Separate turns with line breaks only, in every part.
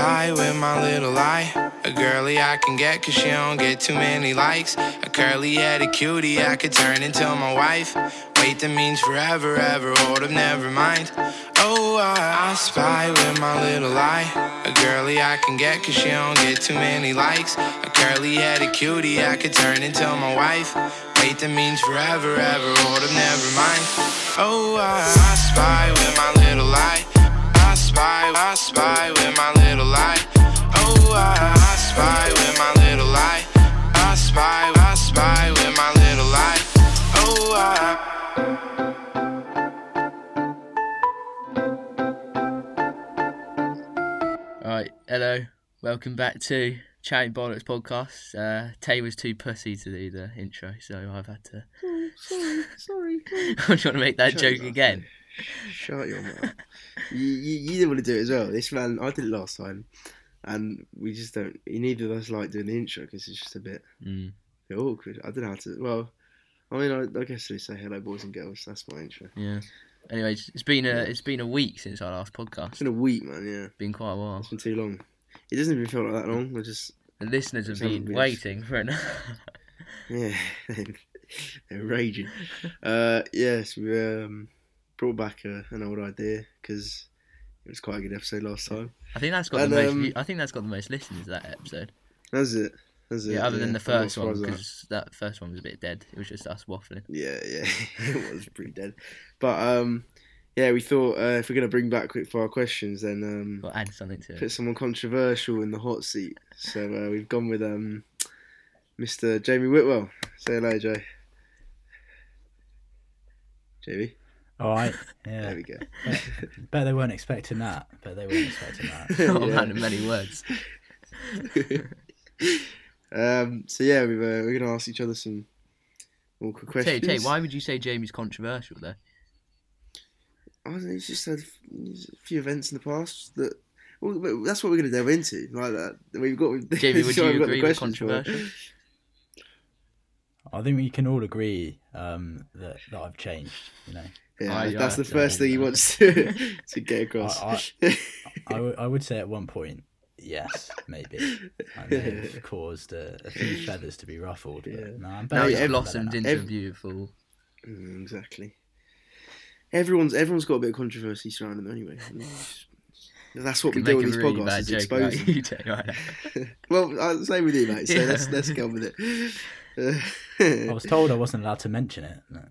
night with my little eye. A girly I can get cause she don't get too many likes. A curly headed cutie I could turn into my wife. Wait, that means forever, ever, hold up, never mind. Oh, I, I spy with my little eye. A girly I can get cause she don't get too many likes. A curly headed cutie I could turn into my wife. Wait, that means forever, ever, hold up, never mind. Oh, I, I spy with my little eye. I spy, I spy with my little eye. Oh, I, I spy with my little eye. I spy, I spy with my little eye. Oh, I.
Right, hello, welcome back to Chatting Bollocks podcast. Uh, Tay was too pussy to do the intro, so I've had to.
Oh, sorry, sorry.
Do you want to make that
Shut
joke
up.
again?
Shut your mouth. you, you, you didn't want to do it as well. This man, I did it last time, and we just don't. Neither of us like doing the intro because it's just a bit,
Mm,
bit awkward. I don't know how to. Well, I mean, I, I guess they say hello, boys and girls. That's my intro.
yeah. Anyways, it's been a it's been a week since our last podcast.
It's been a week, man. Yeah,
been quite a while.
it's been too long. It doesn't even feel like that long. I just,
The listeners have
It's haven't
been
been-
waiting for an.
yeah, they're raging. Uh, yes, we um brought back a, an old idea because it was quite a good episode last time.
I think that's got
And,
the most.
um,
view- I think that's got the most listens that episode.
That's it. That's it.
Yeah, other than the
I'm not
first one
surprised at that.
because that first one was a bit dead. It was just us waffling.
Yeah, yeah, it was pretty dead. But um, yeah, we thought uh, if we're gonna bring back quick fire questions, then um,
Got to add something to
put
it.
someone controversial in the hot seat. So uh, we've gone with um, Mr. Jamie Whitwell. Say hello, Jay. Jamie,
All right.
there
Yeah.
we go.
Bet they weren't expecting that. Bet they weren't expecting that.
Not a
Yeah.
Oh, man of many words.
Um, so yeah, we've, uh, we're gonna ask each other some awkward
Tay,
questions.
Tay, why would you say Jamie's controversial though?
I don't know, he's just had a f- he's had a few events in the past that. Well, but that's what we're going to delve into, like that. We've got. we've-
Jamie, would
we've got
you
the
agree with
questions for it.
controversial?
I think we can all agree um, that, that I've changed. You know,
Yeah,
I-
that- that's
I
the
don't
first thing he
know.
wants to, to get across.
I- I would- I would say at one point, yes, maybe I may have caused a, a few feathers to be ruffled, but
Yeah.
no, I'm
Now
better.
it's
every-
blossomed into
every-
a beautiful.
Mm, exactly. Everyone's everyone's got a bit of controversy surrounding them anyway. I mean, it's- That's what we
Could
do
make
on
a
these
really
podcasts.
bad
Is
joke about
exposing.
you, Tay, right now.
well, I- same with you, mate. So
Yeah.
let's let's go with it.
I
Uh,
was told I wasn't allowed to mention it. No.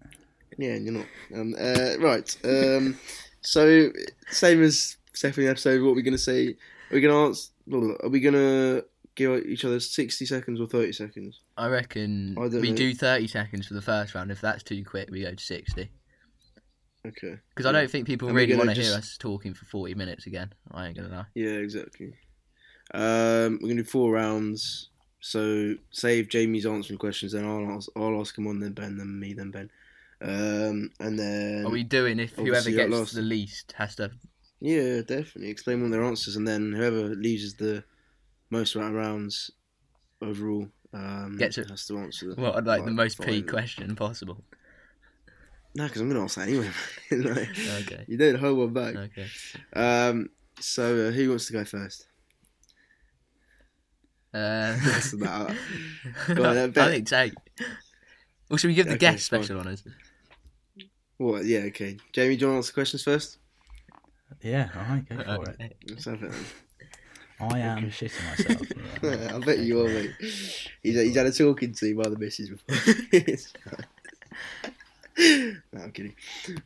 yeah, you're not. Um, uh, right. Um, so same as second episode. What we're gonna say? We're gonna answer. well, Are we gonna give each other sixty seconds or thirty seconds?
I reckon
I don't
we
know.
do 30 seconds for the first round. If that's too quick, we go to 60.
Okay.
Because I don't think people
And we're
really
gonna
want to hear
just-
us talking for 40 minutes again. I ain't going to lie.
Yeah, exactly. Um, we're gonna do four rounds. So save Jamie's answering questions, then I'll ask, I'll ask him one, then Ben, then me, then Ben, um, and then
Are we doing if whoever
obviously that
gets
last-
the least has to.
yeah, definitely explain one of their answers, and then whoever loses the most amount of rounds overall um,
Gets it.
has to answer.
Well, I'd like the most
P
P question possible.
No, because I'm gonna answer that anyway. like,
Okay.
You don't hold one back.
Okay.
Um, so uh, who wants to go first?
Uh,
That's about- Go on,
I
then, Ben.
think Tay. Well, should we give the
Okay,
guest
it's fine.
special honours?
What? Yeah, okay. Jamie, do you want to answer questions first?
Yeah, all right, go for it.
Okay.
Let's have it. then.
I am shitting myself. Yeah.
I bet you are, mate. He's, he's had a talking to by the missus before. no, I'm kidding.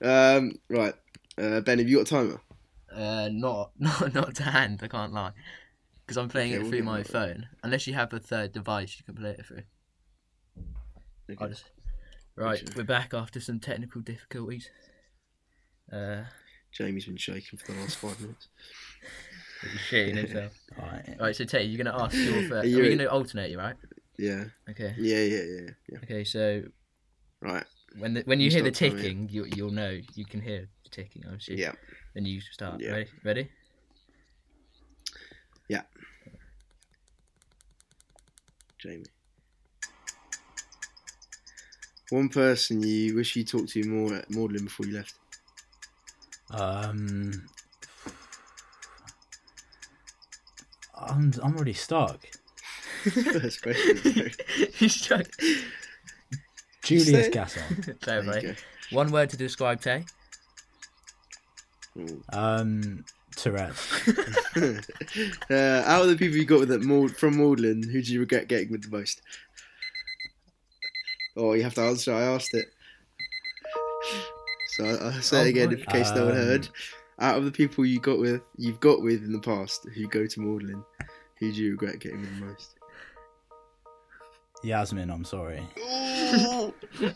Um, right, uh, Ben, have you got a timer?
Uh, not, not, not to hand. I can't lie, because I'm playing
Okay,
it
we'll
through
give
my
it a-
phone. Unless you have a third device, you can play it through. I just... Right,
Gotcha.
we're back after some technical difficulties. Uh,
Jamie's been shaking for the last five minutes.
shitting himself.
All right.
right, so Tate, you're gonna ask your first. Are,
Are you
we
re-
gonna alternate, you right?
Yeah,
Okay.
yeah, yeah, yeah. yeah.
Okay, so
Right,
when the, when you,
You
hear the
start timing it.
ticking, you you'll know you can hear the ticking. I'm assuming.
yeah.
Then you start.
Yeah.
Ready? Ready?
Jamie. One person you wish you talked to more at Magdalen before you left.
Um, I'm I'm already stuck.
First question. sorry.
He's trying.
Julius
say-
Gasson.
Fair
There you
play. One word to describe Tay.
Um, Tourette's.
go. uh, out of the people you got with it, Maud, from Maudlin, who do you regret getting with the most? Oh, you have to answer. I asked it. So I- I'll say it
Oh,
again
right.
in case no one
Um,
heard. Out of the people you got with, you've got with in the past, who go to Maudlin, who do you regret getting with the most?
Yasmin, I'm sorry.
At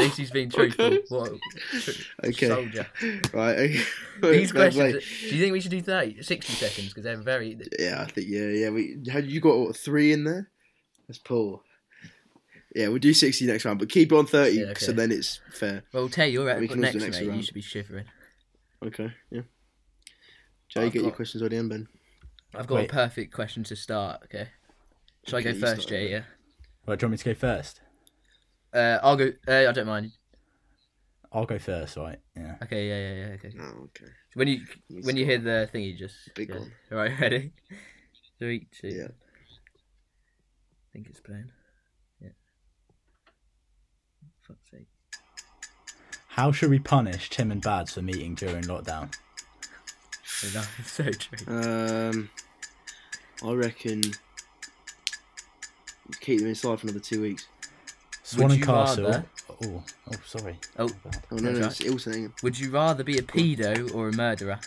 least he's being truthful.
okay.
What a tr-
Okay.
soldier.
Right. okay.
These
Fair
questions.
play.
Do you think we should do 30, 60 seconds? Because they're very.
Yeah, I think yeah, yeah. We had you got what, three in there. That's poor. Yeah, we'll do sixty next round, but keep it on thirty,
Yeah, okay.
so then it's fair.
Well, Tay, you're at
We
next,
can also do
next
next
mate. You
round.
should be shivering.
Okay. Yeah. Jay,
I've
get your
got-
questions already in, Ben.
I've got a
Wait.
perfect question to start. Okay. Shall
Okay,
I go
you
first,
start,
Jay? Yeah.
Right, do you want me to go first?
Uh, I'll go. Uh, I don't mind.
I'll go first, right? Yeah.
Okay. Yeah. Yeah. Yeah. Okay.
Oh, okay.
When you
You
when you hear the thing, you just
Big
yeah.
one.
All right, ready? Three, two.
Yeah.
I think it's playing. Yeah. Fuck's sake.
How should we punish Tim and Bads for meeting during lockdown?
Oh, no, it's so true.
Um, I reckon keep them inside for another two weeks.
Swan and
you
Castle.
rather-
Oh, oh, sorry.
Oh,
Oh no,
That's
no,
right.
it's Ilson
would you rather be a pedo or a murderer?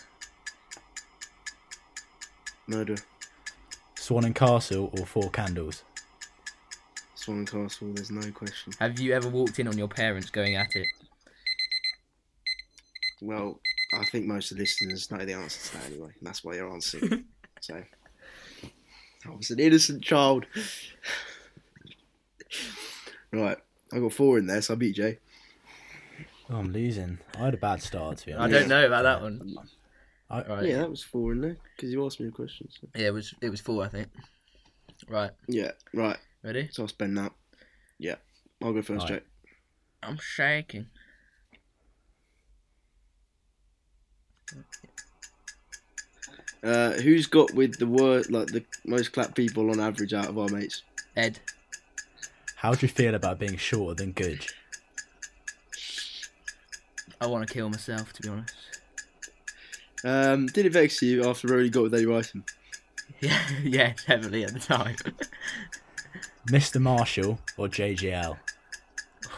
murder,
Swan and Castle or Four Candles?
Swan Castle. There's no question.
Have you ever walked in on your parents going at it?
Well, I think most of the listeners know the answer to that anyway, and that's why you're answering. so, I was an innocent child. right, I got four in there, so I beat Jay.
Oh, I'm losing. I had a bad start, to be
I
honest.
don't know about that one.
I-
Right.
Yeah,
Yeah.
that was four in there because you asked me a question. So.
it was it was four, I think. Right,
Yeah, right.
ready?
So I'll spend that. Yeah, I'll go first,
Right.
I'm shaking.
Jay. Uh, who's got with the word like the most clapped people on average out of our mates?
Ed,
How do you feel about being shorter than Googe?
I want to kill myself, to be honest.
Um, did it vex you after Rory got with Eddie Righton?
Yeah, yeah, heavily at the time.
Mr. Marshall or JGL?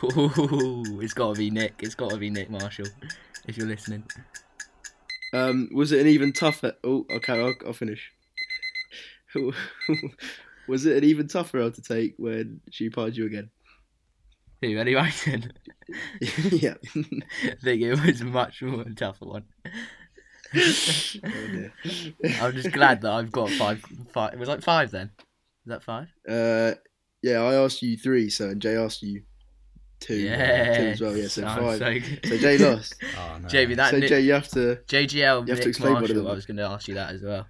Ooh, it's got to be Nick. It's got to be Nick Marshall. If you're listening,
Um, was it an even tougher? Oh, okay, I'll, I'll finish. was it an even tougher road to take when she pied you again?
who anyway? then?
yeah.
I think it was a much more tougher one.
Oh, dear.
I'm just glad that I've got five. Five. It was like five then. Is that five?
Uh, yeah, I asked you three, so and Jay asked you two, two as well. Yeah, so
I'm
five. So,
good.
Jay lost.
Oh, no.
Jamie, that
so
Nick,
Jay, you have to.
JGL
you have to
Nick
explain what it
Marshall. I
is.
was going to ask you that as well.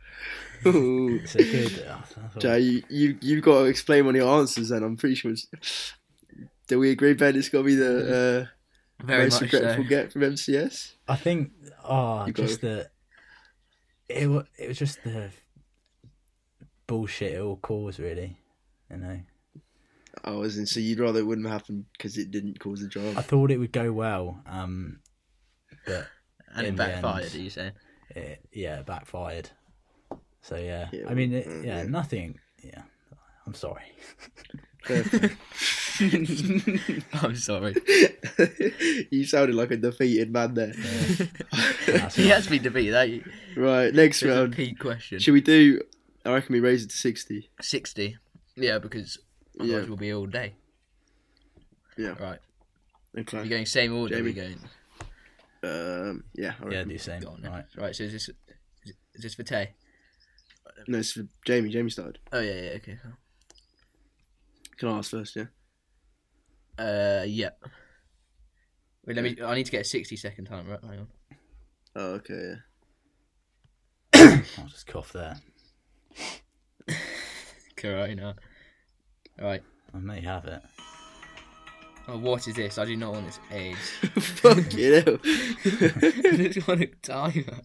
Ooh.
It's a good. oh, I thought-
Jay, you, you you've got to explain one of your answers. Then I'm pretty sure. It's... Do we agree, Ben? It's got to be the uh,
Mm, Very
most
much so.
regretful get from MCS.
I think, oh,
You go.
just the. It, wa- it was just the bullshit it all caused, really. You know?
Oh, as in, so you'd rather it wouldn't have happened because it didn't cause a
I
drama.
thought it would go well, um, but
and
in
it
the
backfired.
end.
Are you saying?
it, yeah, it backfired. So yeah,
Yeah,
I mean, it,
mm,
yeah,
yeah.
nothing. Yeah, I'm sorry.
I'm sorry.
you sounded like a defeated man there.
That's
he
all
has been defeated. That
Right, next
it's a
round.
peak question.
Should we do? I reckon we raise it to sixty.
Sixty. Yeah, because otherwise
Yeah.
we'll be all day.
Yeah.
Right. You're
Okay.
going same order.
Jamie.
We're going.
Um, yeah. I
Yeah,
reckon.
do the same.
Go on, then.
Right.
Right. So is this is this for Tay?
No, it's for Jamie. Jamie started.
Oh yeah. Yeah. Okay.
Can I ask first? Yeah.
Uh. Yeah. Wait. Let me. I need to get a sixty-second time. Right. Hang on.
Oh, okay. Yeah.
I'll just cough there.
Corona. Right.
I may have it.
Oh, what is this? I do not want this AIDS.
Fuck you.
I just want a timer.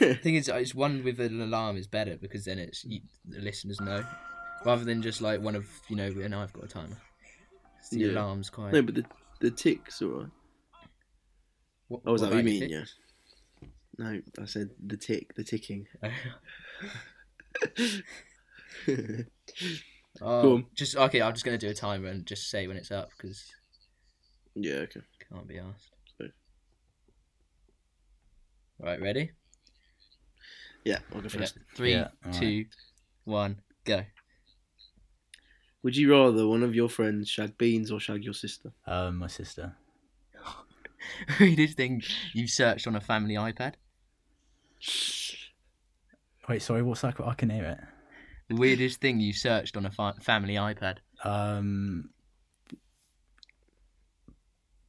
The thing is, it's one with an alarm is better because then it's you, the listeners know, rather than just like one of you know. And I've got a timer. It's the
Yeah.
alarm's quite.
No, but the the ticks alright.
What-
Oh, is that
what
what you
about
mean?
your
Yeah. No, I said the tick, the ticking.
tick?
yeah,
Oh,
Go on.
Just okay. I'm just gonna do a timer and just say when it's up because
okay.
can't be asked.
Okay.
Right, ready?
Yeah, I'll go
We got
first.
Three,
Yeah, all right.
two, one, go.
Would you rather one of your friends shag beans or shag your sister?
Um, my sister.
Weirdest thing you've searched on a family iPad.
Wait, sorry, what's that? called? I can hear it.
The weirdest thing you searched on a fa- family iPad.
Um,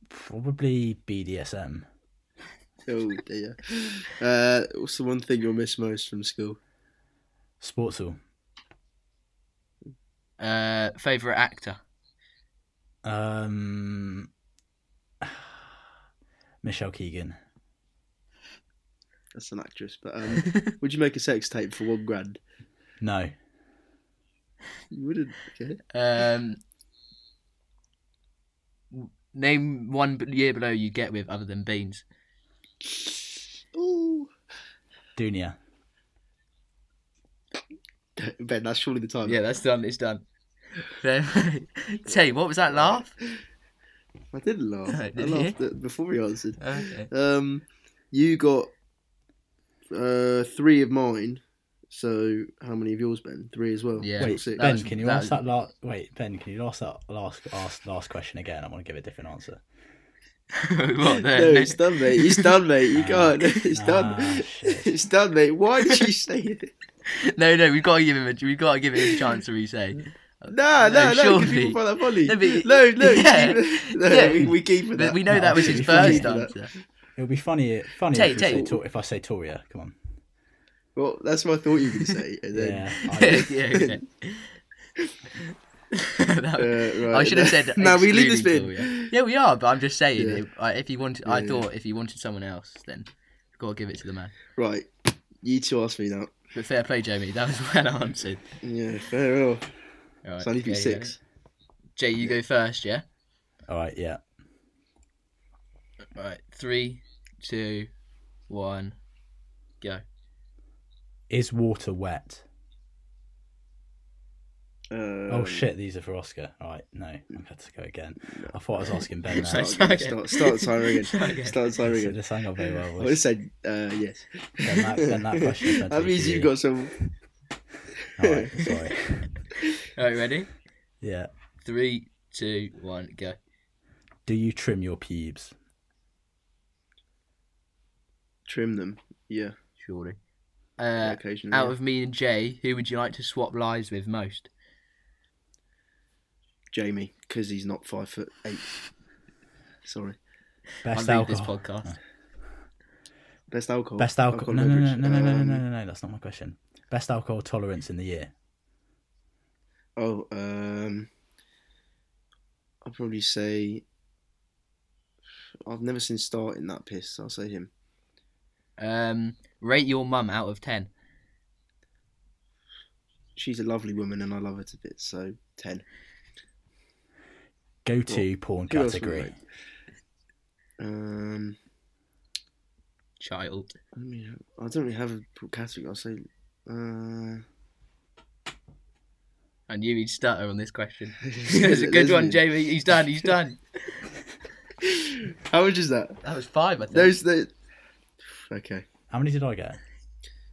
probably BDSM.
Oh dear. Uh, what's the one thing you'll miss most from school?
Sports hall.
Uh, favorite actor.
Um, Michelle Keegan.
That's an actress, but um, would you make a sex tape for one grand?
No.
You wouldn't. Okay.
Um, w- name one b- year below you get with other than beans.
Ooh.
Dunia.
Ben, Oh, that's surely the time.
Yeah, that's done. It's done. Tay, what was that laugh?
I did laugh.
Oh,
I
did you?
laughed at, before he answered.
Okay.
Um, you got uh three of mine. So how many of yours, Ben? Three as well.
Yeah.
So
Wait,
six.
Ben,
was-
can you
that
ask
was-
that last? Wait, Ben, can you ask that last last last question again? I want to give a different answer.
What,
No,
there? No.
it's done, mate. It's done, mate. You
Ah.
can't. It's
Ah,
done.
shit.
It's done, mate. Why did you say it?
No, no, we've got to give him a, we've got to give him a chance to re-say.
No,
No,
no, no. Because
surely.
people find that funny.
No,
No,
but-
no, no.
Yeah.
keep it. no
Yeah.
we, we keep it.
But we know
No,
that was his
it's funny.
first answer.
It'll be funny. Funny
Tay,
if,
Tay.
You say, Tor- if I say Toria. Come on.
Well, that's what I thought you were going to say. And then,
Yeah.
yeah,
I-
okay. That-
uh, right,
I should have said.
No, we leave this bit.
excluding
in.
Toria. Yeah, we are, but I'm just saying.
Yeah.
If, I- if he wanted,
Yeah,
I
yeah.
thought if he wanted someone else, then we've got to give it to the man.
Right, you two ask me now.
But fair play, Jamie. That was well answered.
Yeah, fair enough.
All right,
so I need to be
okay, you got
six.
it. Jay, you go first. Yeah.
All right. Yeah.
All right. Three, two, one, go.
Is water wet?
Um,
Oh shit! These are for Oscar. All right. No, I've had to go again. I thought I was asking Ben.
Sorry,
That.
Start,
sorry.
again, start, start the timer again.
Start again.
Start the timer
So
again.
this hang up very well.
I
was-
would have said uh, yes.
Then that- then that question is meant to
that
be
means
for
you've
you.
got some.
All right. Sorry.
All right, ready?
Yeah.
Three, two, one, go.
Do you trim your pubes?
Trim them. Yeah,
Surely.
yeah,
Uh,
occasionally.
out
yeah.
of me and Jay, who would you like to swap lives with most?
Jamie, because he's not five foot eight. Sorry.
Best
I read this
alcohol.
podcast.
Best alcohol.
Best alcohol. No, no, no,
beverage.
no, no, no, no,
Um,
no, no, no. That's not my question. Best alcohol tolerance in the year.
Oh, um, I'll probably say I've never seen Star in that piss. so I'll say him.
Um, rate your mum out of ten.
She's a lovely woman, and I love her to bits. So ten.
Go to porn
who else we
category.
rate? Um,
Child.
I, mean, I don't really have a p- category. I'll say. Uh,
I knew he'd stutter on this question. That's a good one,
lesbian.
Jamie. He's done. He's done.
How much is that?
That was five, I think.
Those the. Okay,
How many did I get?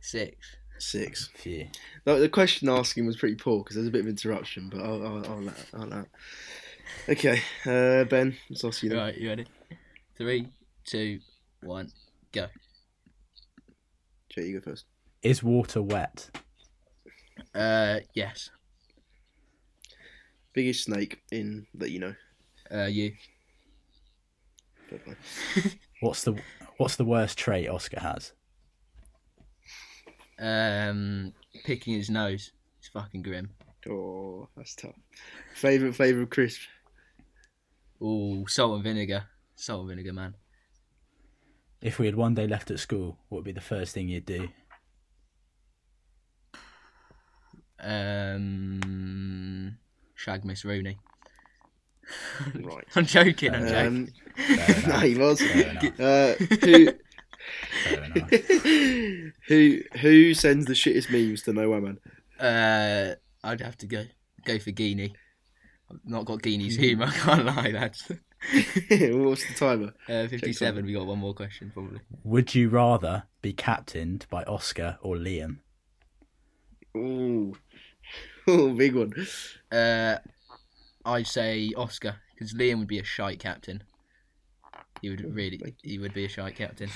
Six.
six.
Few.
No, the question asking was pretty poor because there's a bit of interruption, but I'll I'll, I'll, let- I'll, let- Okay, uh, Ben, it's us you
All
then.
right, you ready? Three, two, one, go.
Jay, you go first.
Is water wet?
Uh, yes.
Biggest snake in that you know.
Uh, you.
Fair play.
What's the What's the worst trait Oscar has?
Um, picking his nose. It's fucking grim.
Oh, that's tough. Favorite favorite crisp.
Ooh, salt and vinegar. Salt and vinegar, man.
If we had one day left at school, what would be the first thing you'd do?
Um, shag Miss Rooney.
Right.
I'm joking. I'm joking.
Um,
Fair
no,
enough.
he was.
Fair enough.
Uh, who,
Fair enough.
who, who sends the shittest memes to No Way Man?
Uh, I'd have to go go for Guinea. I've not got Guinea's humour. I can't lie, lads.
What's the timer?
Uh, Fifty-seven. We got one more question, probably.
Would you rather be captained by Oscar or Liam?
Ooh, Ooh big one.
Uh, I'd say Oscar because Liam would be a shite captain. He would really. He would be a shite captain.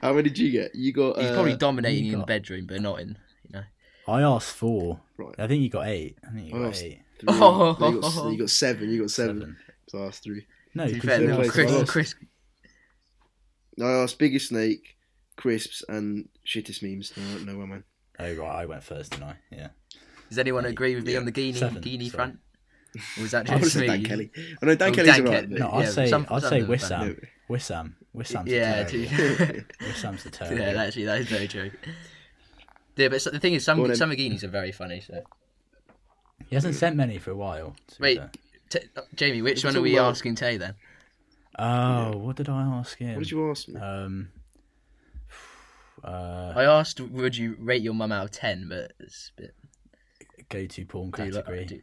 How many did you get? You got.
He's
uh,
probably dominating
you
in the
got-
bedroom, but not in. You know.
I asked four.
Right.
I think you got eight. I think you
I
got
asked
eight.
three.
Oh.
No, you, got, you got seven. You got seven.
Seven.
So I asked three.
No,
To be
because
fair,
you
no,
asked
Chris,
first.
Chris,
No, I asked biggest snake, crisps, and shittest memes. No, no way, man.
Oh right, I went first, didn't I? Yeah.
does anyone agree with me
Yeah,
on the Guinea
seven,
Guinea
sorry.
front? Or was that
I would have
just
said
me?
Dan Kelly. I know Dan
Oh,
Kelly's
Dan
alright.
Kelly.
but-
No, I'd
Yeah,
say
some-
I'd
some
say
of them are
Wissam. Wissam. Wissam's
Yeah,
the terrible.
to-
Wissam's the terrible.
yeah, actually, that is very true. Yeah, but so- the thing is,
Go on,
some
then.
some Guineas are very funny. So,
He hasn't sent many for a while. to be
wait,
fair.
t- uh, Jamie, which
We're
one are
talking
we
about-
asking Tay then?
Oh, what did I ask him?
What did you ask me?
Um. Uh,
I asked, would you rate your mum out of ten? But it's a bit
go to porn
do you like-
category.
do-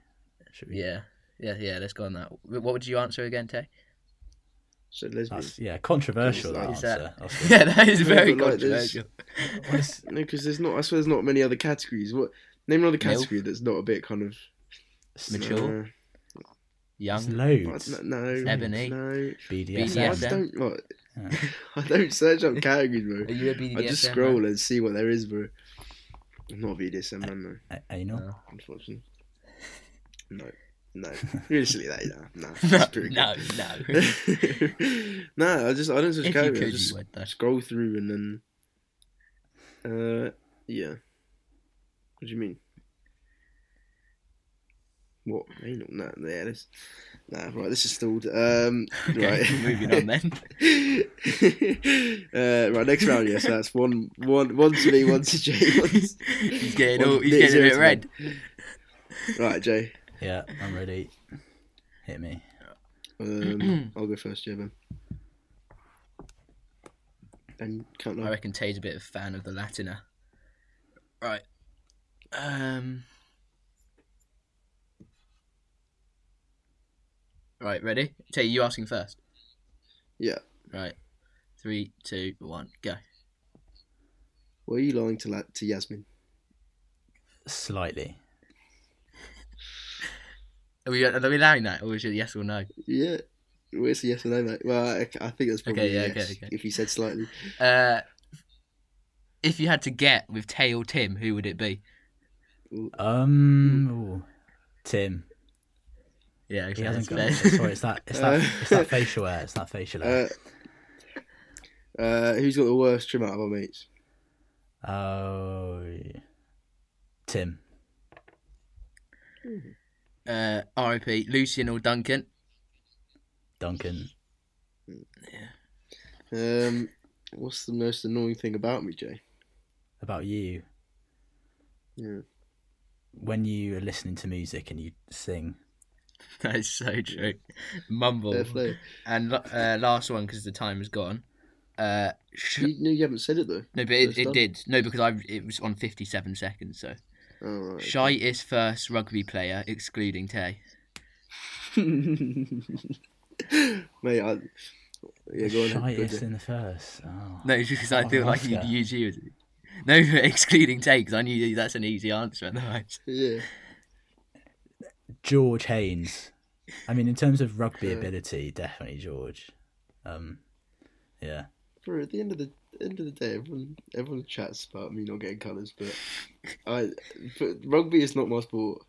Should we?
yeah, yeah, yeah. Let's go on that. Wh- What would you answer again, Tay?
So lesbian.
That's yeah, controversial. That
Is that-
answer. I'll say.
yeah, that is very
but like this-
controversial.
Honest-
No, because there's not. I swear, there's not many other categories. What name another
Milf.
category that's not a bit kind of
Mature,
No,
There's
young,
loads.
no, no,
Ebony.
No, I
Yeah,
BDSM.
just
then.
don't. Like,
Yeah.
I don't search up categories, bro.
are you a
I just
BDSM
scroll
man?
and see what there is, bro. I'm not a BDSM man, no.
A- Anal.
No.
Unfortunately, no, no. Realistically, that is nah. nah
No,
that's pretty
no,
good.
no. if
no, I just I don't
you
search
could,
categories. I
you
just
would. Though.
scroll through and then, uh, yeah. What do you mean? What? Anal? No, yeah, this. Nah, right. This is stalled. Um,
Okay,
right.
moving on then.
uh, right, next round. Yes, that's one, one, one to me, one to Jay. One to...
He's getting
One
all, he's
zero
getting a
to
bit
me.
red.
Right, Jay.
Yeah, I'm ready. Hit me.
Um, I'll go first, Jay. Then. And can't
I
lie.
reckon Tay's a bit of a fan of the Latina. Right. Um. Right, ready? Tay, you asking first.
Yeah.
Right. Three, two, one, go.
Were you lying to la- to Yasmin?
Slightly.
Are we, are we allowing that, or is it yes or no?
Yeah. Well, it's a yes or no, mate. Well, I, I think that's probably
Okay, yeah,
a
okay,
yes,
okay.
if you said slightly.
Uh, if you had to get with Tay or Tim, who would it be?
Um.
Hmm.
ooh. Tim.
Yeah,
He
okay,
hasn't got.
that's
it.
fair.
Sorry, it's that. It's that.
Uh,
it's that facial hair. It's that facial hair.
Uh, uh, who's got the worst trim out of our mates?
oh. yeah. Tim.
uh, RIP, Lucian or Duncan?
Duncan.
Um, what's the most annoying thing about me, Jay?
About you.
Yeah.
When you are listening to music and you sing.
That is so true. Mumble.
Fair play.
And la- uh, last one because the time is gone. Uh, sh-
You, no, you haven't said it though.
no, but it,
first
it
up.
did. No, because I it was on fifty-seven seconds. So
All right.
shy is first rugby player, excluding Tay.
Mate, I... yeah, go on. then, go on,
Shiest
Jay.
in the first. Oh.
No, it's because I
Oh,
feel like you'd
Oscar.
use you. as- No, but excluding Tay because I knew that's an easy answer. Otherwise,
Yeah.
George Haynes. I mean, in terms of rugby ability, definitely George. Um. Yeah.
Bro, at the end of the end of the day, everyone everyone chats about me not getting colours, but I but rugby is not my sport.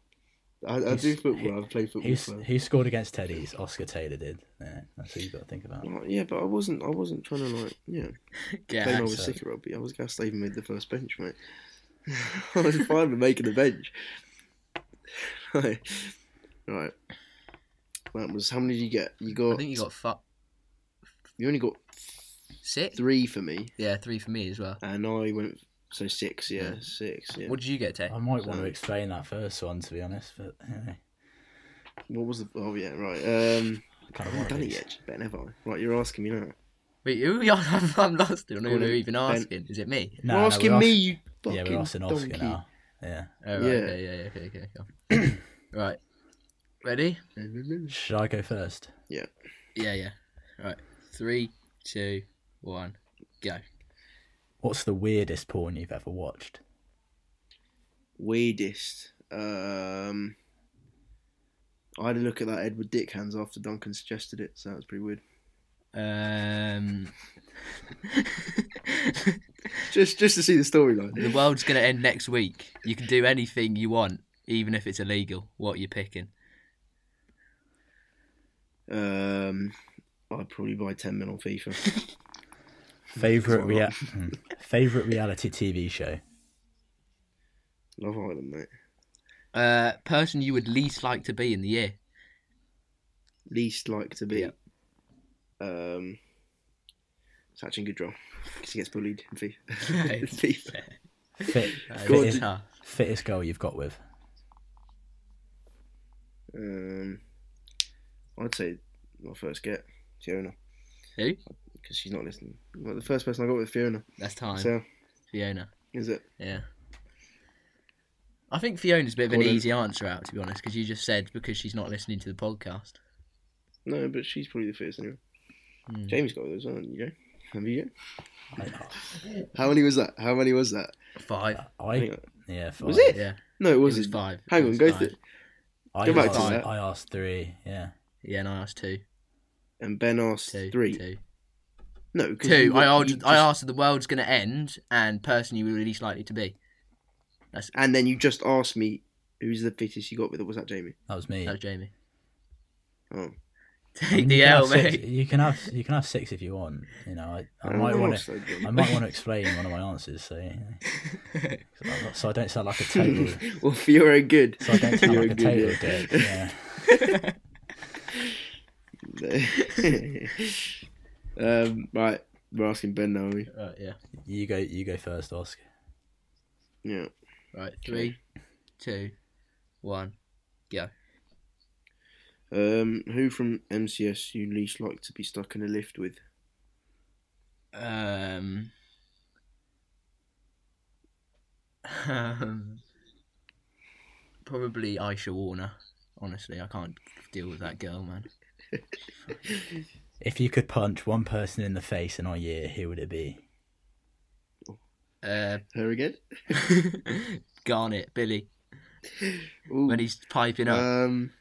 I, I do
He's-
football. I've played football.
Who's
for-
who scored against Teddy's? Oscar Taylor did. Yeah, that's what you've got to think about.
Like, yeah, but I wasn't. I wasn't trying to like. Yeah,
yeah,
claim I was
so-
sick of rugby. I was gassed. I even made the first bench, mate. I was fine with making the bench. right, right. That was how many did you get? You got.
I think you got fu-
You only got
Six?
three for me,
Yeah, three for me as well.
and I went so six. Yeah, six. Yeah. Um,
What did you get, Tay?
I might want
So-
to explain that first one to be honest, but yeah,
What was the? Oh yeah, right. Um,
I kind
I
of want
haven't done it
these.
yet. Ben, have I? Right, you're asking me now.
Wait, who are you? I'm, I'm lost. I don't know
Go on
who
then,
even
Ben.
asking. Is it me?
No,
you're
no,
asking
we're
me,
ask-
you fucking
yeah, we're asking Oscar
donkey.
now. Yeah.
Oh, right,
Yeah.
Okay, yeah, yeah, okay, okay. Go on. right. Ready?
Should I go first?
Yeah, yeah. Right. Three, two, one, go.
What's the weirdest porn you've ever watched?
Weirdest. Um, I had a look at that Edward Dick hands after Duncan suggested it, so that was pretty weird.
Um,
Just, just to see the
the
storyline.
world's gonna end next week. You can do anything you want, even if it's illegal. What you're picking?
Um, I'd probably buy ten mil on FIFA.
Favorite
Why
rea-
not?
Hmm. favorite reality TV show.
Love Island, mate.
Uh, person you would least like to be in the year.
Least like to be.
Yeah.
Um, Sachin Goodrow because he gets bullied in FIFA. in
Right.
FIFA.
Fit,
Uh,
Go on,
fittest,
dude.
tough.
fittest girl you've got with.
Um, I'd say my first get Fiona
Who?
because she's not listening. Well, the first person I got with Fiona.
That's time.
So
Fiona.
is it?
Yeah. I think Fiona's a bit of
Go
an
on then.
easy answer out, to be honest, because you just said because she's not listening to the podcast.
No, but she's probably the first anyway.
Hmm.
Jamie's got those, haven't you? Jay? Have you?
I,
Jay? How many was that? How many was that?
Five.
I yeah. Five.
Was it?
Yeah.
No, it
It was
wasn't.
five.
Hang
It
on,
was
go
five.
through. it.
I
Go back
asked,
to that.
I asked three. Yeah.
Yeah, and I asked two.
And Ben asked
Two.
three.
Two.
No, 'cause
Two.
you-
I,
you
asked,
just-
I asked the world's going to end and person you were least likely to be.
And then you just asked me who's the fittest you got with. Or was that Jamie?
That was me.
That was Jamie.
Oh,
I
Take
mean,
the
you can
L,
have six-
mate.
You can have you can have six if you want. You know, I, I
Um,
might
no,
want
so
to
good.
I might want to explain one of my answers so yeah. so, I'm not- so I don't sound like a total
well, Fiona, good.
so I don't sound
You're
like a total
good,
dick. Yeah.
um, right, we're asking Ben now, are we?
Right, yeah.
You go you go first, Oscar.
Yeah.
Right. Three, two, one, go.
Um, who from MCS you least like to be stuck in a lift with?
Um. um probably Aisha Warner. Honestly, I can't deal with that girl, man.
If you could punch one person in the face in our year, who would it be?
Uh,
Her again?
Garnet, Billy,
Ooh.
when he's piping up.
Um,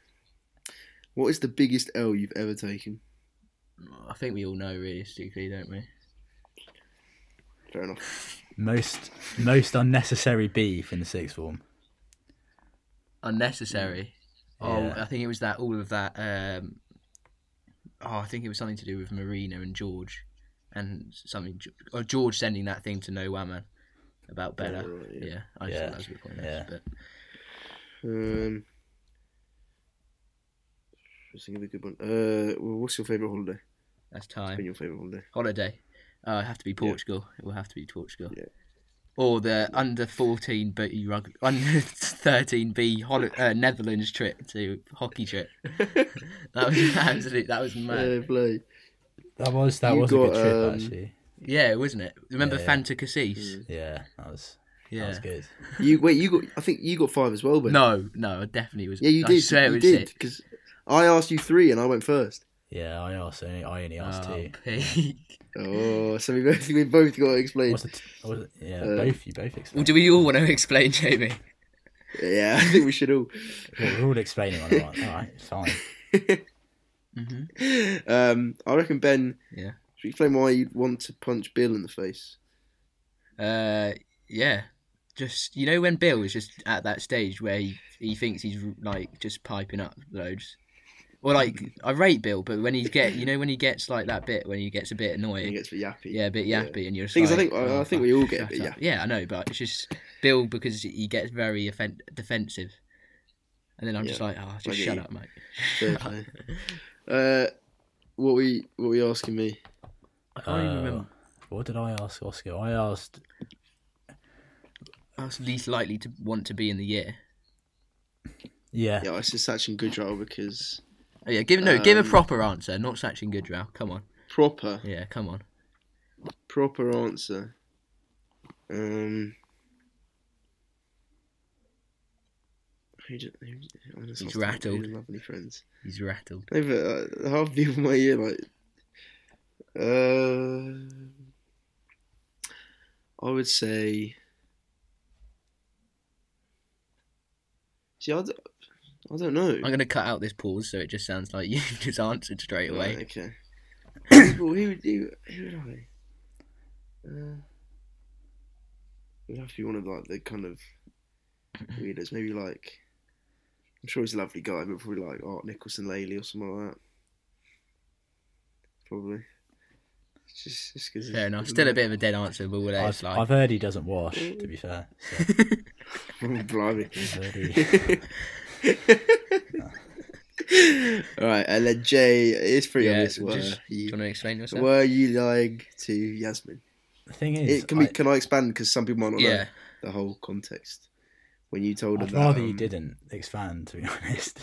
what is the biggest L you've ever taken?
I think we all know realistically, don't we?
Fair enough.
Most most unnecessary beef in the sixth form.
Unnecessary. Oh,
Yeah.
I think it was that all of that. Um, oh, I think it was something to do with Marina and George, and something. Or George sending that thing to No Whammer about Bella.
Alright,
yeah. I just
Yeah.
thought that was a bit pointless.
Yeah.
But
Um, just think of a good one. Uh, well, what's your favourite holiday?
that's
What's
time.
been your favourite holiday?
Holiday. Oh, it have to be Portugal. It will have to be Portugal.
Yeah.
Or the under fourteen B rug under thirteen B hol- uh, Netherlands trip to hockey trip. that was absolute. That was mad.
Uh, play.
That was that
You
was a
got,
good trip
um,
actually.
Yeah, wasn't it? Remember
Yeah. Mm.
Fanta Cassis?
Yeah, that was
Yeah.
that was good.
You wait. You got. I think you got five as well, Ben.
No, no, I definitely was.
Yeah, you
I
did.
Swear it
you
was
did
sick.
because I asked you three and I went first.
Yeah, I asked only I only asked
Oh,
two.
peak.
Oh, so we both we both got to explain.
Was it, was it, yeah,
Uh,
both you both explained.
Well, do we all want to explain, Jamie?
Yeah, I think we should all.
Well, we're all explaining one another. All right, fine.
Mm-hmm.
Um, I reckon Ben.
Yeah.
Should we explain why you'd want to punch Bill in the face?
Uh, yeah. Just you know when Bill is just at that stage where he, he thinks he's like just piping up loads, or like I rate Bill, but when he get you know when he gets like that bit when he gets a bit
And he
annoying,
gets a bit yappy.
yeah, a bit
Yeah.
yappy, and you're. Just
Things I
like,
think I,
"Oh,
I
fuck."
think we all get a
Shut
bit
up.
yappy.
Yeah, I know, but it's just Bill because he gets very offen- defensive, and then I'm just
Yeah.
like, oh,
I
just
get
shut
you.
up, mate.
Fair play. uh, what we what we asking me?
I can't even
Uh,
remember.
What did I ask Oscar? I asked.
I was least likely to want to be in the year.
Yeah.
Yeah, it's Sachin Gujral because
Oh, yeah, give no, give a
Um,
proper answer, not Sachin Goodrow. Come on,
proper,
yeah, come on.
proper answer. Um, who do, who, I just
He's
lost my
rattled.
Lovely friends.
He's rattled.
Over uh, half the people in my year, like, uh, I would say. See, I d- I don't know.
I'm gonna cut out this pause so it just sounds like you just answered straight
Right,
away.
okay. People, who would who, who would I? Uh, it'd have to be one of like the kind of readers, maybe like I'm sure he's a lovely guy, but probably like Art Nicholson Laley or something like that. Probably. It's Just, just cause
Fair enough. Still a bit of a dead answer, but we'll let it
I've, I've
slide.
heard he doesn't wash. To be fair, so
Blimey.
I've heard he-
All right, and then Jay, it's pretty
Yeah,
obvious. Were
just- Do you
you,
want to explain yourself?
were you lying to Yasmin?
the thing is,
It can be.
I,
can I expand? Because some people might not
yeah,
know the whole context. When you told her
would
that,
rather you
um,
didn't expand. To be honest,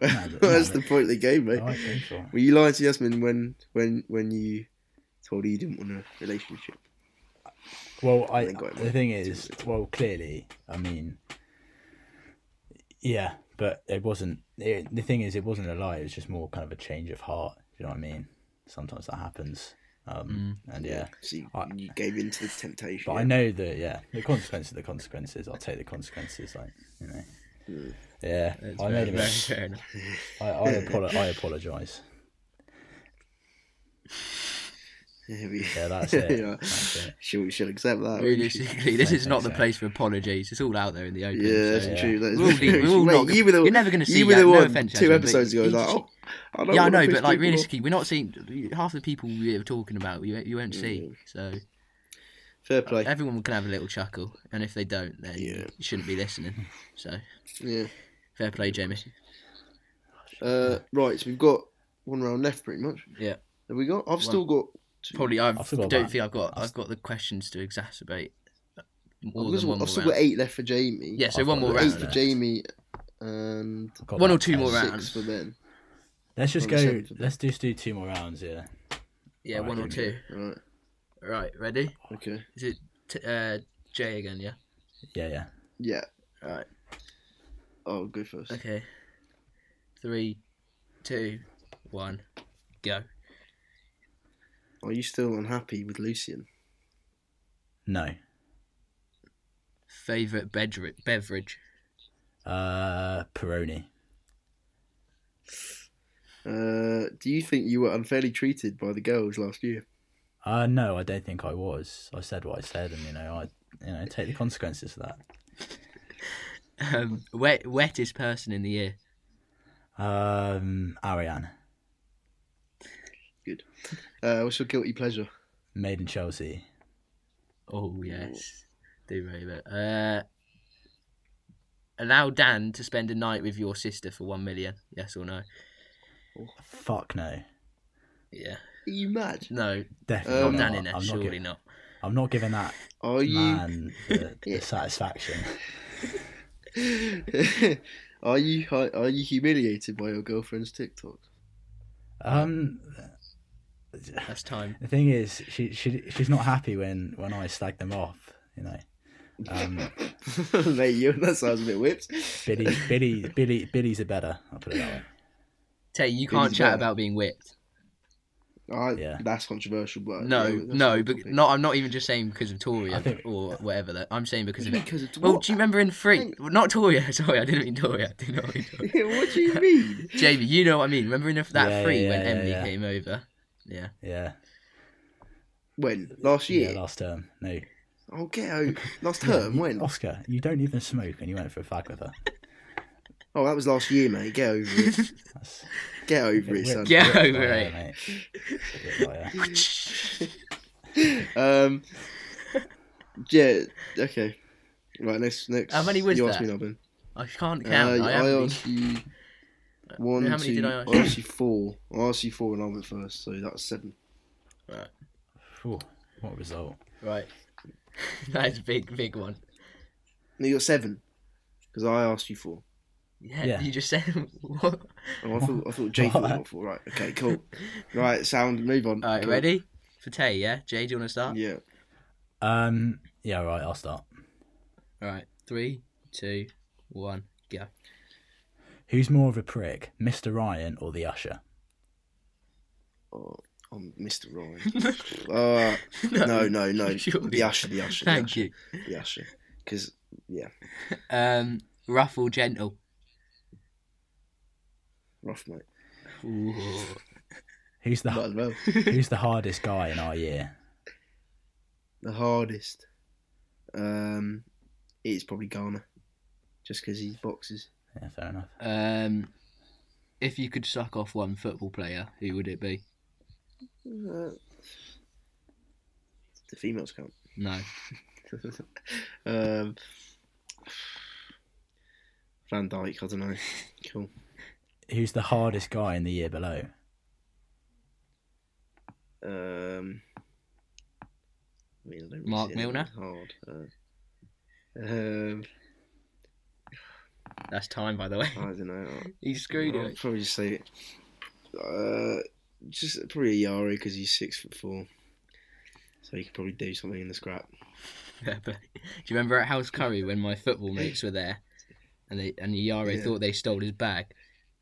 well,
No, but-
that's
no,
the point of the game, mate.
Oh, I think so.
Were you lying to Yasmin when when when you told her you didn't want a relationship?
Well, I
think I
the thing is, well, clearly, I mean, yeah, but it wasn't. It, the thing is, it wasn't a lie. It was just more kind of a change of heart. You know what I mean? Sometimes that happens. Um,
Mm.
And yeah,
So you,
I-
you gave in to the temptation.
but I know that. Yeah, the consequences are the consequences. I'll take the consequences. Like you know. Mm. Yeah,
that's
I
fair,
made a
very
mistake.
fair enough.
I, I, apolo- I apologize. Yeah, that's it.
Yeah.
That's it.
She'll, she'll accept that. won't she?
Realistically, this is not the
so.
place for apologies. It's all out there in the open.
Yeah, that's
so-
yeah.
true. That is
We're all deep-
true.
we're all
Mate,
not gonna-
you were the,
you're never gonna see
you were the
that, no
one
offense,
two
Yasmin, but
episodes ago.
you
Like,
just-
oh, I don't
Yeah, I
wanna
know,
piss
but like
people off."
realistically, we're not seeing half the people we were talking about. You, you won't see, so
fair play.
everyone can have a little chuckle, and if they don't, then
Yeah.
you shouldn't be listening. So
Yeah.
fair play, Jamie.
Uh, right, so we've got one round left, pretty much.
Yeah.
Have we got? I've still got. Two.
Probably I've, I
I
have do
forgot
not
that.
think I've got I've got the questions to exacerbate. More
I've
than
still,
one
I've
more
still
round.
got eight left for Jamie.
Yeah, so
I've
one
got
more
eight
eight
round.
for
left.
Jamie, and
I've got
One or
about
two more
10.
rounds.
six for Ben.
Let's just
Well, we
go.
said-
Let's just do two more rounds. Yeah.
Yeah,
Alright,
one or
then.
two.
Right.
Right, ready?
Okay.
Is it t- uh, Jay again? Yeah.
Yeah, yeah.
Yeah.
All right.
I'll go first.
Okay. Three, two, one, go.
Are you still unhappy with Lucian?
No.
Favorite bedri- beverage.
Uh, Peroni.
Uh, do you think you were unfairly treated by the girls last year?
Uh, no, I don't think I was. I said what I said, and you know, I you know take the consequences of that.
Um, wet, wettest person in the year.
Um, Ariane,
Uh, what's your guilty pleasure?
made in Chelsea.
Oh yes, do very well. Uh, allow Dan to spend a night with your sister for one million. Yes or no?
Fuck no,
Yeah.
Are you mad?
No,
definitely
not
Um,
not.
Oh, Dan in there.
I'm, not
Surely
giving,
not.
I'm not giving that
Are you?
man the, the satisfaction.
are you? Are you humiliated by your girlfriend's TikTok?
Um,
That's time.
the thing is, she she she's not happy when when I slag them off. You know, um,
Mate, you. That sounds a bit whipped.
Billy Billy Billy Billy's a better. I'll put it that way.
Tay, you can't
He's
chat
better.
about being whipped.
I,
Yeah.
That's controversial, but
No,
yeah, that's
no,
not
but
something.
no. I'm not even just saying because of Toria
I think-
or whatever. That I'm saying because of it.
Because of
Well,
what?
do you remember in Free? Well, Not Toria. Sorry, I didn't mean Toria. I did not mean Toria.
what do you mean?
Jamie, you know what I mean. Remember in that
Yeah,
Free
yeah,
when
yeah,
Emily
yeah.
came over? Yeah.
Yeah,
When last
yeah.
year?
Last term, no.
Oh, get out. Last term. When?
Oscar, you don't even smoke, and you went for a fag with her.
Oh, that was last year, mate. Get over it.
That's
Get over it, son.
Get
Oh,
over
yeah,
it.
mate. Yeah, oh, yeah.
Um. Yeah. Okay. Right. Next. Next.
How many was
you asked
that?
me, Robin.
I can't count.
Uh,
I
I,
haven't been-
asked you one,
Uh, How many
two-
did I
I
ask?
asked you four. I asked you four, and I went first, so that's seven.
Phew, what a result.
Right. That's a big, big one.
No, you got seven because I asked you four.
Yeah,
Yeah.
you just said what?
Oh, I thought I thought Jay thought you got four. Right. Okay. Cool. Right. Sound. Move on.
All right,
Cool.
ready for Tay? Yeah, Jay, do you want to start?
Yeah.
Um, yeah, right, I'll start.
All right, three, two, one, go.
Who's more of a prick, Mr. Ryan or the usher?
Oh, I'm Mr. Ryan. uh, no, no, no.
Surely.
The usher. The usher.
Thank
the usher,
you.
The usher. Because yeah,
Um, rough or gentle?
rough mate.
Who's
Ah.
Might
the
as well.
who's the hardest guy in our year?
The hardest. Um, it's probably Garner, just because he boxes.
Yeah, fair enough.
Um, if you could suck off one football player, who would it be?
Uh, the females can't.
No.
um, Van Dyke, I don't know. Cool.
Who's the hardest guy in the year below?
Um, I mean, I don't really
Mark
see anyone
Milner?
Hard. Uh, um,
That's time, by the way.
I don't know. I-
He screwed
I'll
it.
probably just say, uh, just probably Yari because he's six foot four, so he could probably do something in the scrap.
Yeah, but- do you remember at House Curry when my football mates were there, and they and Yare
Yeah.
thought they stole his bag?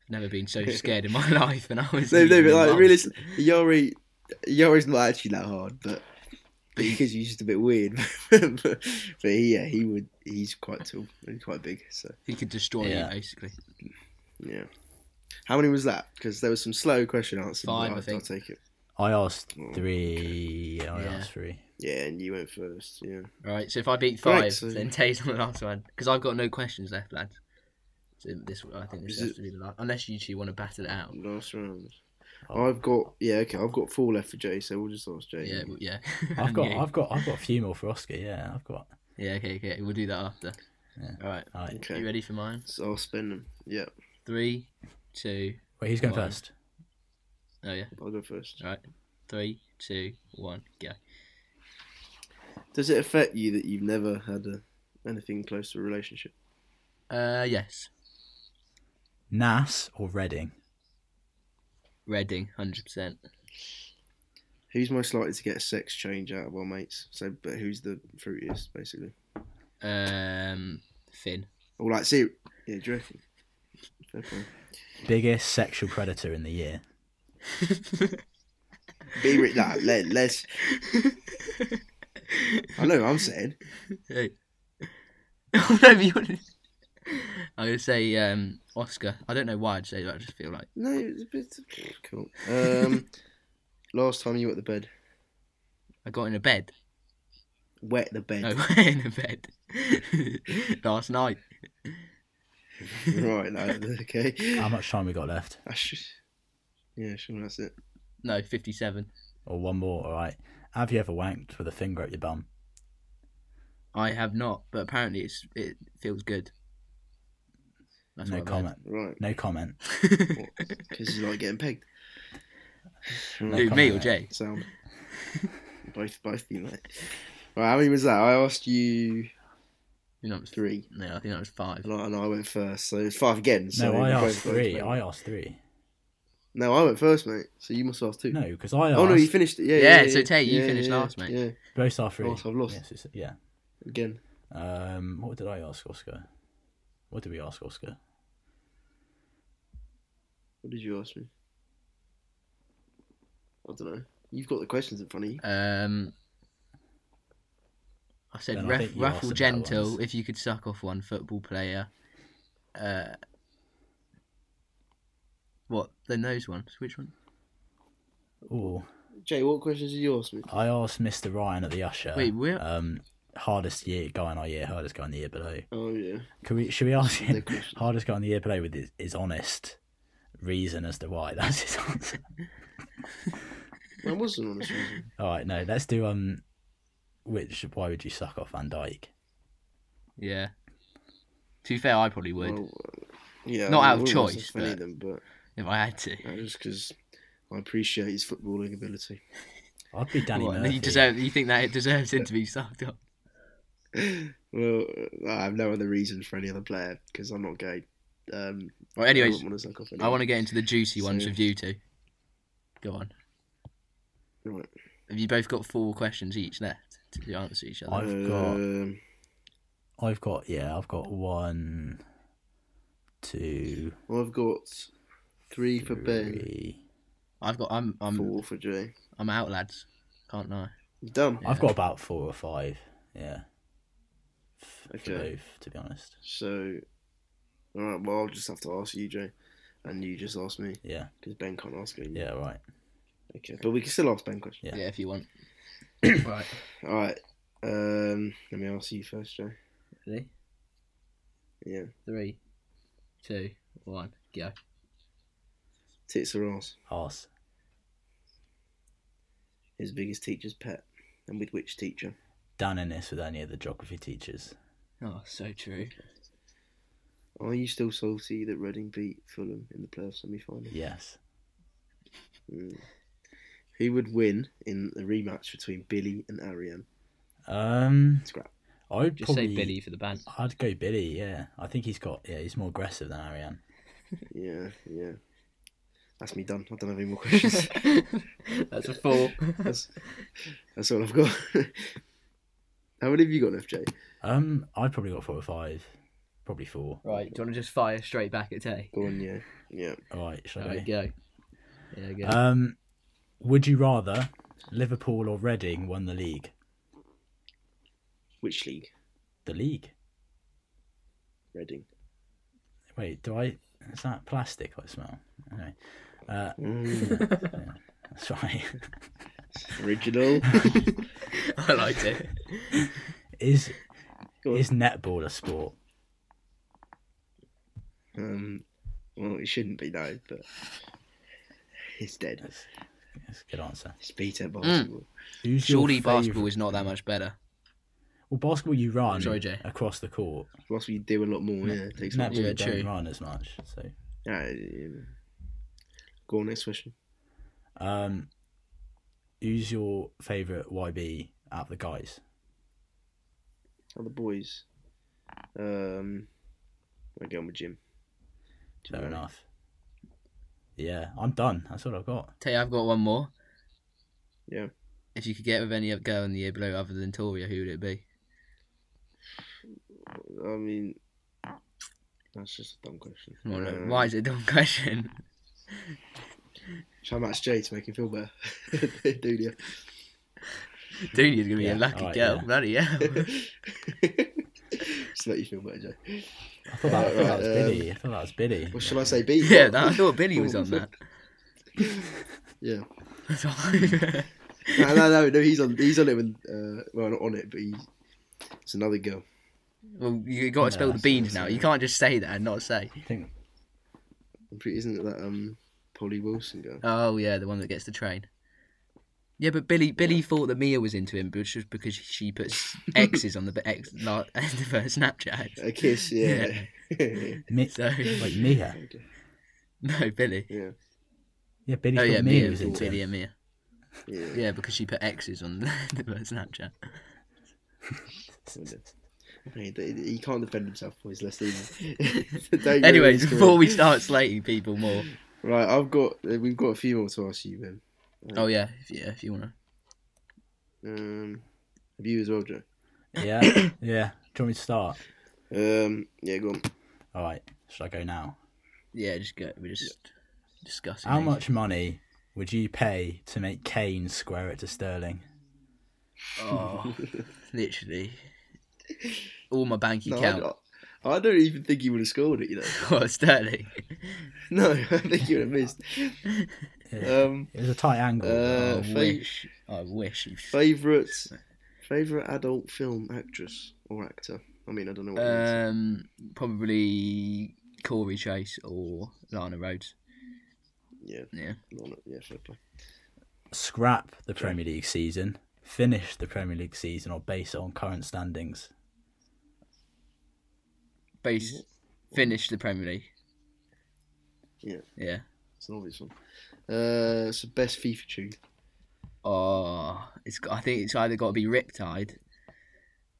I've never been so scared in my life, and I was
No, no,
even
but like
lost.
really, Yari, Yari's not actually that hard, but but because he's just a bit weird. but, but he, yeah, he would. He's quite tall and quite big. So
he could destroy you
Yeah.
basically.
yeah. How many was that? Because there was some slow question answers. but
Five, I
I'll,
think.
I'll take it.
I asked
Oh,
three. Yeah, I
Yeah.
asked three.
Yeah, and you went first. Yeah.
All right, so if I beat five,
Right, so-
then Tay's on the last one because I've got no questions left, lads. So this, I think this
Is
has
it-
to be the last, unless you two want to battle it out.
Last round.
Oh.
I've got yeah okay. I've got four left for Jay, so we'll just ask Jay.
Yeah, w- yeah.
I've
And
got,
you.
I've got, I've got a few more for Oscar. Yeah, I've got.
Yeah, okay, okay. We'll do that after.
Yeah.
All right.
All right.
Okay.
You ready for mine?
So I'll spin them. Yeah,
Three, two,
Wait, who's going
One.
first?
oh yeah,
I'll go first.
all right. Three, two, one, go.
Does it affect you that you've never had a, anything close to a relationship?
Uh, yes.
Nas or Reading?
Reading, hundred percent.
Who's most likely to get a sex change out of our mates? So, but who's the fruitiest, basically?
Um, Finn.
Or like, see, yeah, do you reckon? Fair play.
Biggest sexual predator in the year?
Be re- nah, let, let's. I know what I'm saying.
Hey. Whatever you want. I'm gonna say um, Oscar. I don't know why I'd say that. I just feel like
No, it's a bit cool. Um, last time you were at the bed,
I got in a bed.
wet the bed.
No, in a bed last night.
Right, no, okay.
How much time we got left?
I should... Yeah, sure, that's it.
No, fifty-seven.
Or one more? All right. Have you ever wanked with a finger up your bum?
I have not, but apparently it's it feels good. That's
no
what I
comment.
Right,
No comment.
because you like getting pegged.
Who,
No
me
comment,
or
mate.
Jay?
Sound. both, both you mate. Right, how many was that? I asked you
You know, it was three.
three,
No, I think that was five.
and I, and I went first, so it's five again. So
No, I
we both
asked
got
three.
it.
I asked three.
No, I went first, mate. So you must have asked two.
No, because I asked.
Oh no, you finished. Yeah, yeah.
Yeah,
yeah,
so Tay, you
yeah,
finished
yeah,
last, mate.
Yeah,
both are three.
Lost, I've lost.
Yes, it's- yeah.
again.
Um, what did I ask Oscar? What did we ask Oscar?
What did you ask me? I don't know. You've got the questions in front of you.
Um, I
Then
said
I
Ref,
think you asked
Raffle
about
Gentle,
ones.
if you could suck off one football player. Uh, what? Then those ones? Which one?
Oh,
Jay, what questions did you ask me?
I asked Mr. Ryan at the usher.
Wait, we're-
um hardest year guy in our year, hardest guy in the year below.
Oh yeah.
Can we? Should we ask him?
question.
Hardest guy in the year below with his, his honest reason as to why. That's his answer.
I wasn't honest with you.
All right, no, let's do um, which why would you suck off Van Dyke?
Yeah. To be fair, I probably would
Well, yeah,
Not
I
out of
wouldn't want to
choice,
offend
but-
either, but
if I had to.
No, just because I appreciate his footballing ability.
I'd be Danny
What, and
Murphy.
you deserve. You think that it deserves him to be sucked up?
Well, I have no other reasons for any other player because I'm not gay. Um,
Well, anyways,
I want to suck off
I want to get into the juicy ones
So-
with you two. Go on.
Right.
Have you both got four questions each left to answer each other?
I've got-
Um,
I've got yeah, I've got one, two,
I've got three for Ben,
three.
I've got. I'm. I'm.
four for Jay.
I'm out, lads. Can't know.
Done.
I've got about four or five. Yeah. F- For
Okay.
both, to be honest.
So, all right. Well, I'll just have to ask you, Jay, and you just ask me
Yeah.
because Ben can't ask you.
Yeah. Right.
Okay. But we can still ask Ben questions.
Yeah.
Yeah, if you want.
Right. All right. Um, let me ask you first, Jay.
Ready?
Yeah.
Three, two, one, go.
Tits or ass?
Arse.
His biggest teacher's pet, and with which teacher?
Dan in this with any of the geography teachers.
Oh, so true.
Are you still salty that Reading beat Fulham in the playoff semi-final?
Yes.
Mm. Who would win in the rematch between Billy and Ariane?
Um,
Scrap.
I would
Just say
probably
Billy for the band.
I'd go Billy. Yeah. I think he's got. Yeah, he's more aggressive than Ariane.
Yeah, yeah. That's me done. I don't have any more questions.
That's a four.
that's, that's all I've got. How many have you got left, Jay?
Um, I've probably got four or five. Probably four.
right, do you want to just fire straight back at Tay?
Go on, yeah. Yeah.
All right. Shall
Alright,
I?
go. Yeah, go.
Um, would you rather Liverpool or Reading won the league?
Which league?
The league.
Reading.
Wait, do I? Is that plastic I smell? Anyway, uh,
Mm,
that's right.
original.
I liked it.
is
Go on.
is netball a sport?
Um, well, it shouldn't be, no, but it's dead.
That's, that's a good answer.
It's beat at basketball.
Who's your
Surely
favourite-
basketball is not that much better.
Well, basketball you run
Sorry, Jay.
across the court.
Plus, we do a lot more, yeah. It takes a lot
Netball
Yeah,
you don't
true.
run as much. So,
more. Alright, yeah. Go on, next question.
um, who's your favourite YB out of the guys?
Other boys. Um, I get on with Jim.
Fair enough. Yeah, I'm done. That's all I've got.
Tay, I've got one more.
Yeah.
If you could get with any other girl in the year below other than Toria, who would it be?
I mean, that's just a dumb question.
Come on,
Um,
Why is it a dumb question?
Should I match Jay to make him feel better? Do you?
Dude, you're gonna be a
Yeah,
lucky
alright,
girl.
yeah.
Bloody hell.
just let you feel better, Jay.
I thought that, I thought that was
Right, um,
Biddy. I thought that was Biddy.
What should I say? Beat?
yeah, that, I thought Billy was on that.
Yeah.
That's all I-
No, no, no, no. He's on. He's on it. When, uh, well, not on it, but he's. It's another girl.
well, you got to spell the
that's-
beans
that's
now.
it.
You can't just say that and not say.
I think
I'm pretty- Isn't it that um, Polly Wilson girl?
Oh yeah, the one that gets the train. Yeah, but Billy Billy thought that Mia was into him, but it's just because she puts X's on the b- X la- end of her Snapchat.
A kiss. Yeah.
Mi-
So
Wait, Mia.
no, Billy.
yeah.
Yeah, Billy.
Oh
thought
yeah,
Mia
Mia
was
was
into him.
Billy and Mia.
Yeah.
Yeah, because she put X's on the end of her Snapchat.
He, he- he can't defend himself, boys. Let's leave him. Don't go
Anyways,
into this
before
career.
we start slating people more,
Right, I've got. uh, We've got a few more to ask you, Ben.
oh yeah, if, yeah, if you wanna.
Um, have you as well, Joe?
Yeah, yeah. Do you want me to start?
Um, yeah, go on.
All right. Should I go now?
Yeah, just go. We're just discussing.
How
these.
much money would you pay to make Kane square it to Sterling?
Oh, literally, all my bank
No,
account.
I, I don't even think he would have scored it. You know,
Oh, Sterling.
no, I think he would have missed. Um,
It was a tight angle.
Uh,
I
fa-
wish. I wish.
favorite, favorite adult film actress or actor. I mean, I don't know. What it is.
Um, probably Corey Chase or Lana Rhodes.
yeah,
Yeah.
no, no, yeah, fair play.
Scrap the Premier League season. Finish the Premier League season, or base it on current standings.
Base finish the Premier League.
Yeah.
Yeah.
It's an obvious one. Uh, so best FIFA tune.
Oh, it's. got- I think it's either got to be Riptide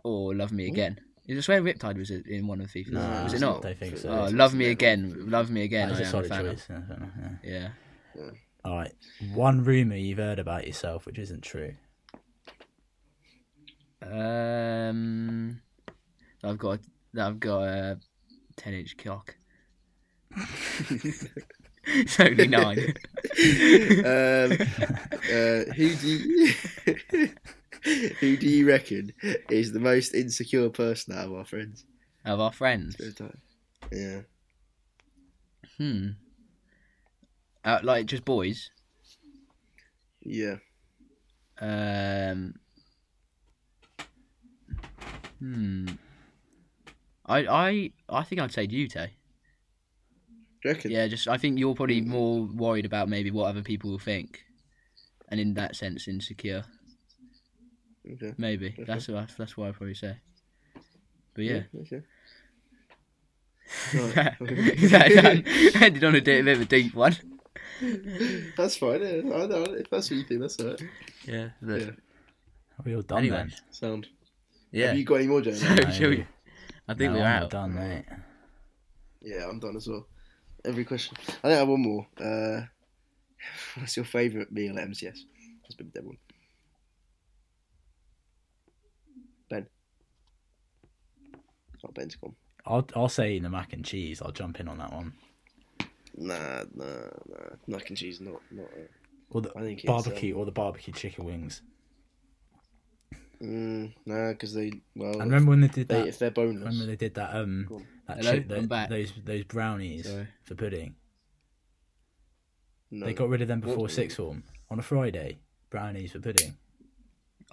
or Love Me Again. Is I swear Riptide was in one of the FIFA.
Nah,
was it
I
not?
don't think so.
Oh,
It's-
Love Me Again. Love Me Again.
That's
I
a
am a
solid
fan of.
choice. Yeah, fair enough, yeah.
Yeah.
All right. One rumor you've heard about yourself, which isn't true.
Um, I've got. that I've got a ten-inch cock. it's only nine.
Um, uh, who do you, who do you reckon is the most insecure person out of our friends?
of our friends.
Yeah.
Hmm. Uh, like just boys.
Yeah.
Um. Hmm. I I I think I'd say you, Tay.
Do you reckon?
Yeah, just I think you're probably more worried about maybe what other people will think, and in that sense, insecure.
Okay.
Maybe that's what I- that's what I'd probably say. But yeah,
Okay.
that,
Right.
that ended on a bit of a deep one.
that's fine. Yeah. I know. If that's what you think, that's all right.
Yeah.
Yeah.
Are we all done
Anyway.
then?
Sound.
Yeah.
Have you got any more, James?
So, shall we- I think
No,
we're
I'm
out.
Done, mate.
yeah, I'm done as well. Every question. I think I have one more. Uh, what's your favourite meal at MCS? That's been a dead one. Ben. Oh, Ben's gone.
I'll I'll say the mac and cheese. I'll jump in on that one.
Nah, nah, nah. Mac and cheese, not, not. Uh,
Or the
I think it's, um,
barbecue or the barbecue chicken wings.
mm, nah, because they well.
And remember when they did
if, they,
that?
if they're boneless.
Remember they did that um
Oh, Go on.
that
Hello,
chip,
I'm back.
those those brownies
Sorry.
for pudding.
no.
They got rid of them before sixth form on a Friday. Brownies for pudding.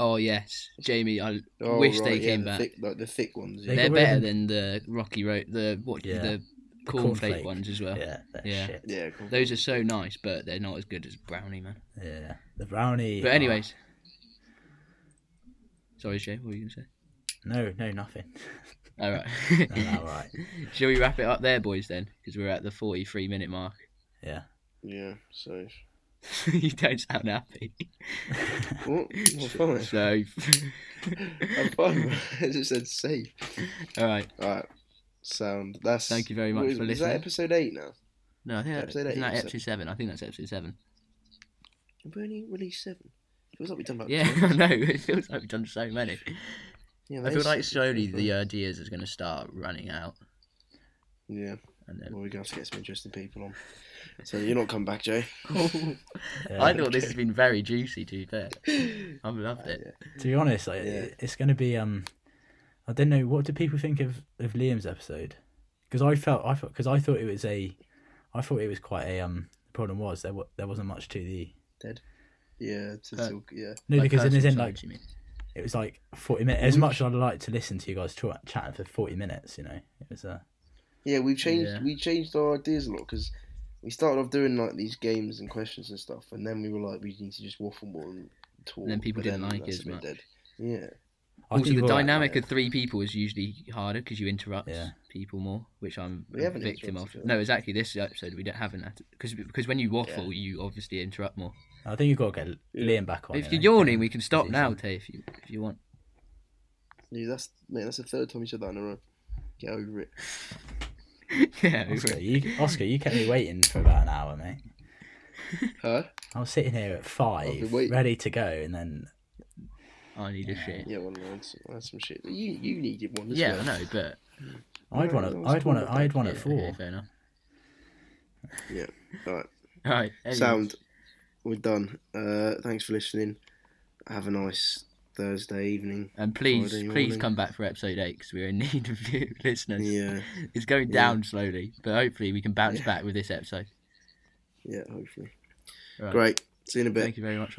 Oh yes, Jamie. I
Oh,
wish
right,
they
yeah,
came
the
back.
Thick, like the thick ones.
They
Yeah.
They're
got rid of
better than
them.
the Rocky Road, the what,
Yeah.
the
cornflake.
cornflake ones as well.
Yeah, that
Yeah.
shit.
Yeah. Cool.
Those are so nice, but they're not as good as brownie, man.
Yeah, the brownie.
But
oh,
anyways, sorry, Jay. What were you gonna say?
oh, no, no, nothing.
All
No, no,
right.
all right.
Shall we wrap it up there, boys? Then, because we're at the forty-three minute mark.
Yeah.
Yeah. So.
you don't sound happy.
Oh, well, fine.
So,
I'm fine. I just said safe.
all right.
All right. Sound. That's.
Thank you very much
what is,
for
Is that
listening.
episode eight now?
No, I think that,
Episode eight,
isn't that
episode-
episode seven. I think that's episode seven.
Have we only released seven? Feels like we've done about
Yeah, I know. It feels like we've done so many.
yeah
I
that
feel
is-
like slowly the uh, ideas is going to start running out,
Yeah.
and then
Well, we're gonna have to get some interesting people on. So you're not coming back, Jay.
yeah.
I thought this has been very juicy, to be fair. I've loved it.
To be honest, like,
Yeah.
it's going to be. Um, I don't know. What do people think of, of Liam's episode? Because I felt I thought because I thought it was a, I thought it was quite a um. The problem was there wa- there wasn't much to the
Yeah. To
Uh,
talk, yeah.
no
Like
because in his
personal
end
sides,
like
you mean?
it was like forty minutes. As much as I'd like to listen to you guys tra- chatting for forty minutes, you know, it was uh,
Yeah, we've changed.
Yeah.
We changed our ideas a lot because we started off doing like these games and questions and stuff, and then we were like, we need to just waffle more and talk.
then people
but
didn't like it
that's a
as
bit
much.
dead. Yeah.
I
also,
think
the
we're all right.
dynamic
yeah.
of three people is usually harder because you interrupt
Yeah.
people more, which I'm
We
a
haven't
victim of.
interrupted each other.
No, exactly. This episode we don't haven't because because when you waffle, you obviously interrupt more.
I think you've got to get Liam back on.
if
you
you're
know.
yawning, we can stop
easy.
now, Tay, if you if you want.
Dude, that's man, that's the third time you said that in a row. Get over it.
yeah, we
Oscar,
were-
you Oscar, you kept me waiting for about an hour, mate.
Huh?
I was sitting here at five,
been waiting.
ready to go, and then
I need a shit.
Yeah, well, that's, that's some shit. You you needed one. As
Yeah,
well.
I know, but
I'd
No,
want
no,
to.
it's
I'd want
cool.
to. I'd want
yeah,
to four.
okay, fair enough.
Yeah. All right.
All right, anyways.
Sound. We're done. Uh, thanks for listening. Have a nice Thursday evening.
And please,
Friday
please
morning.
come back for episode eight because we're in need of you, listeners.
Yeah.
It's going
Yeah.
down slowly, but hopefully we can bounce back with this episode.
Yeah. Hopefully.
Right.
Great. See you in a bit.
Thank you very much.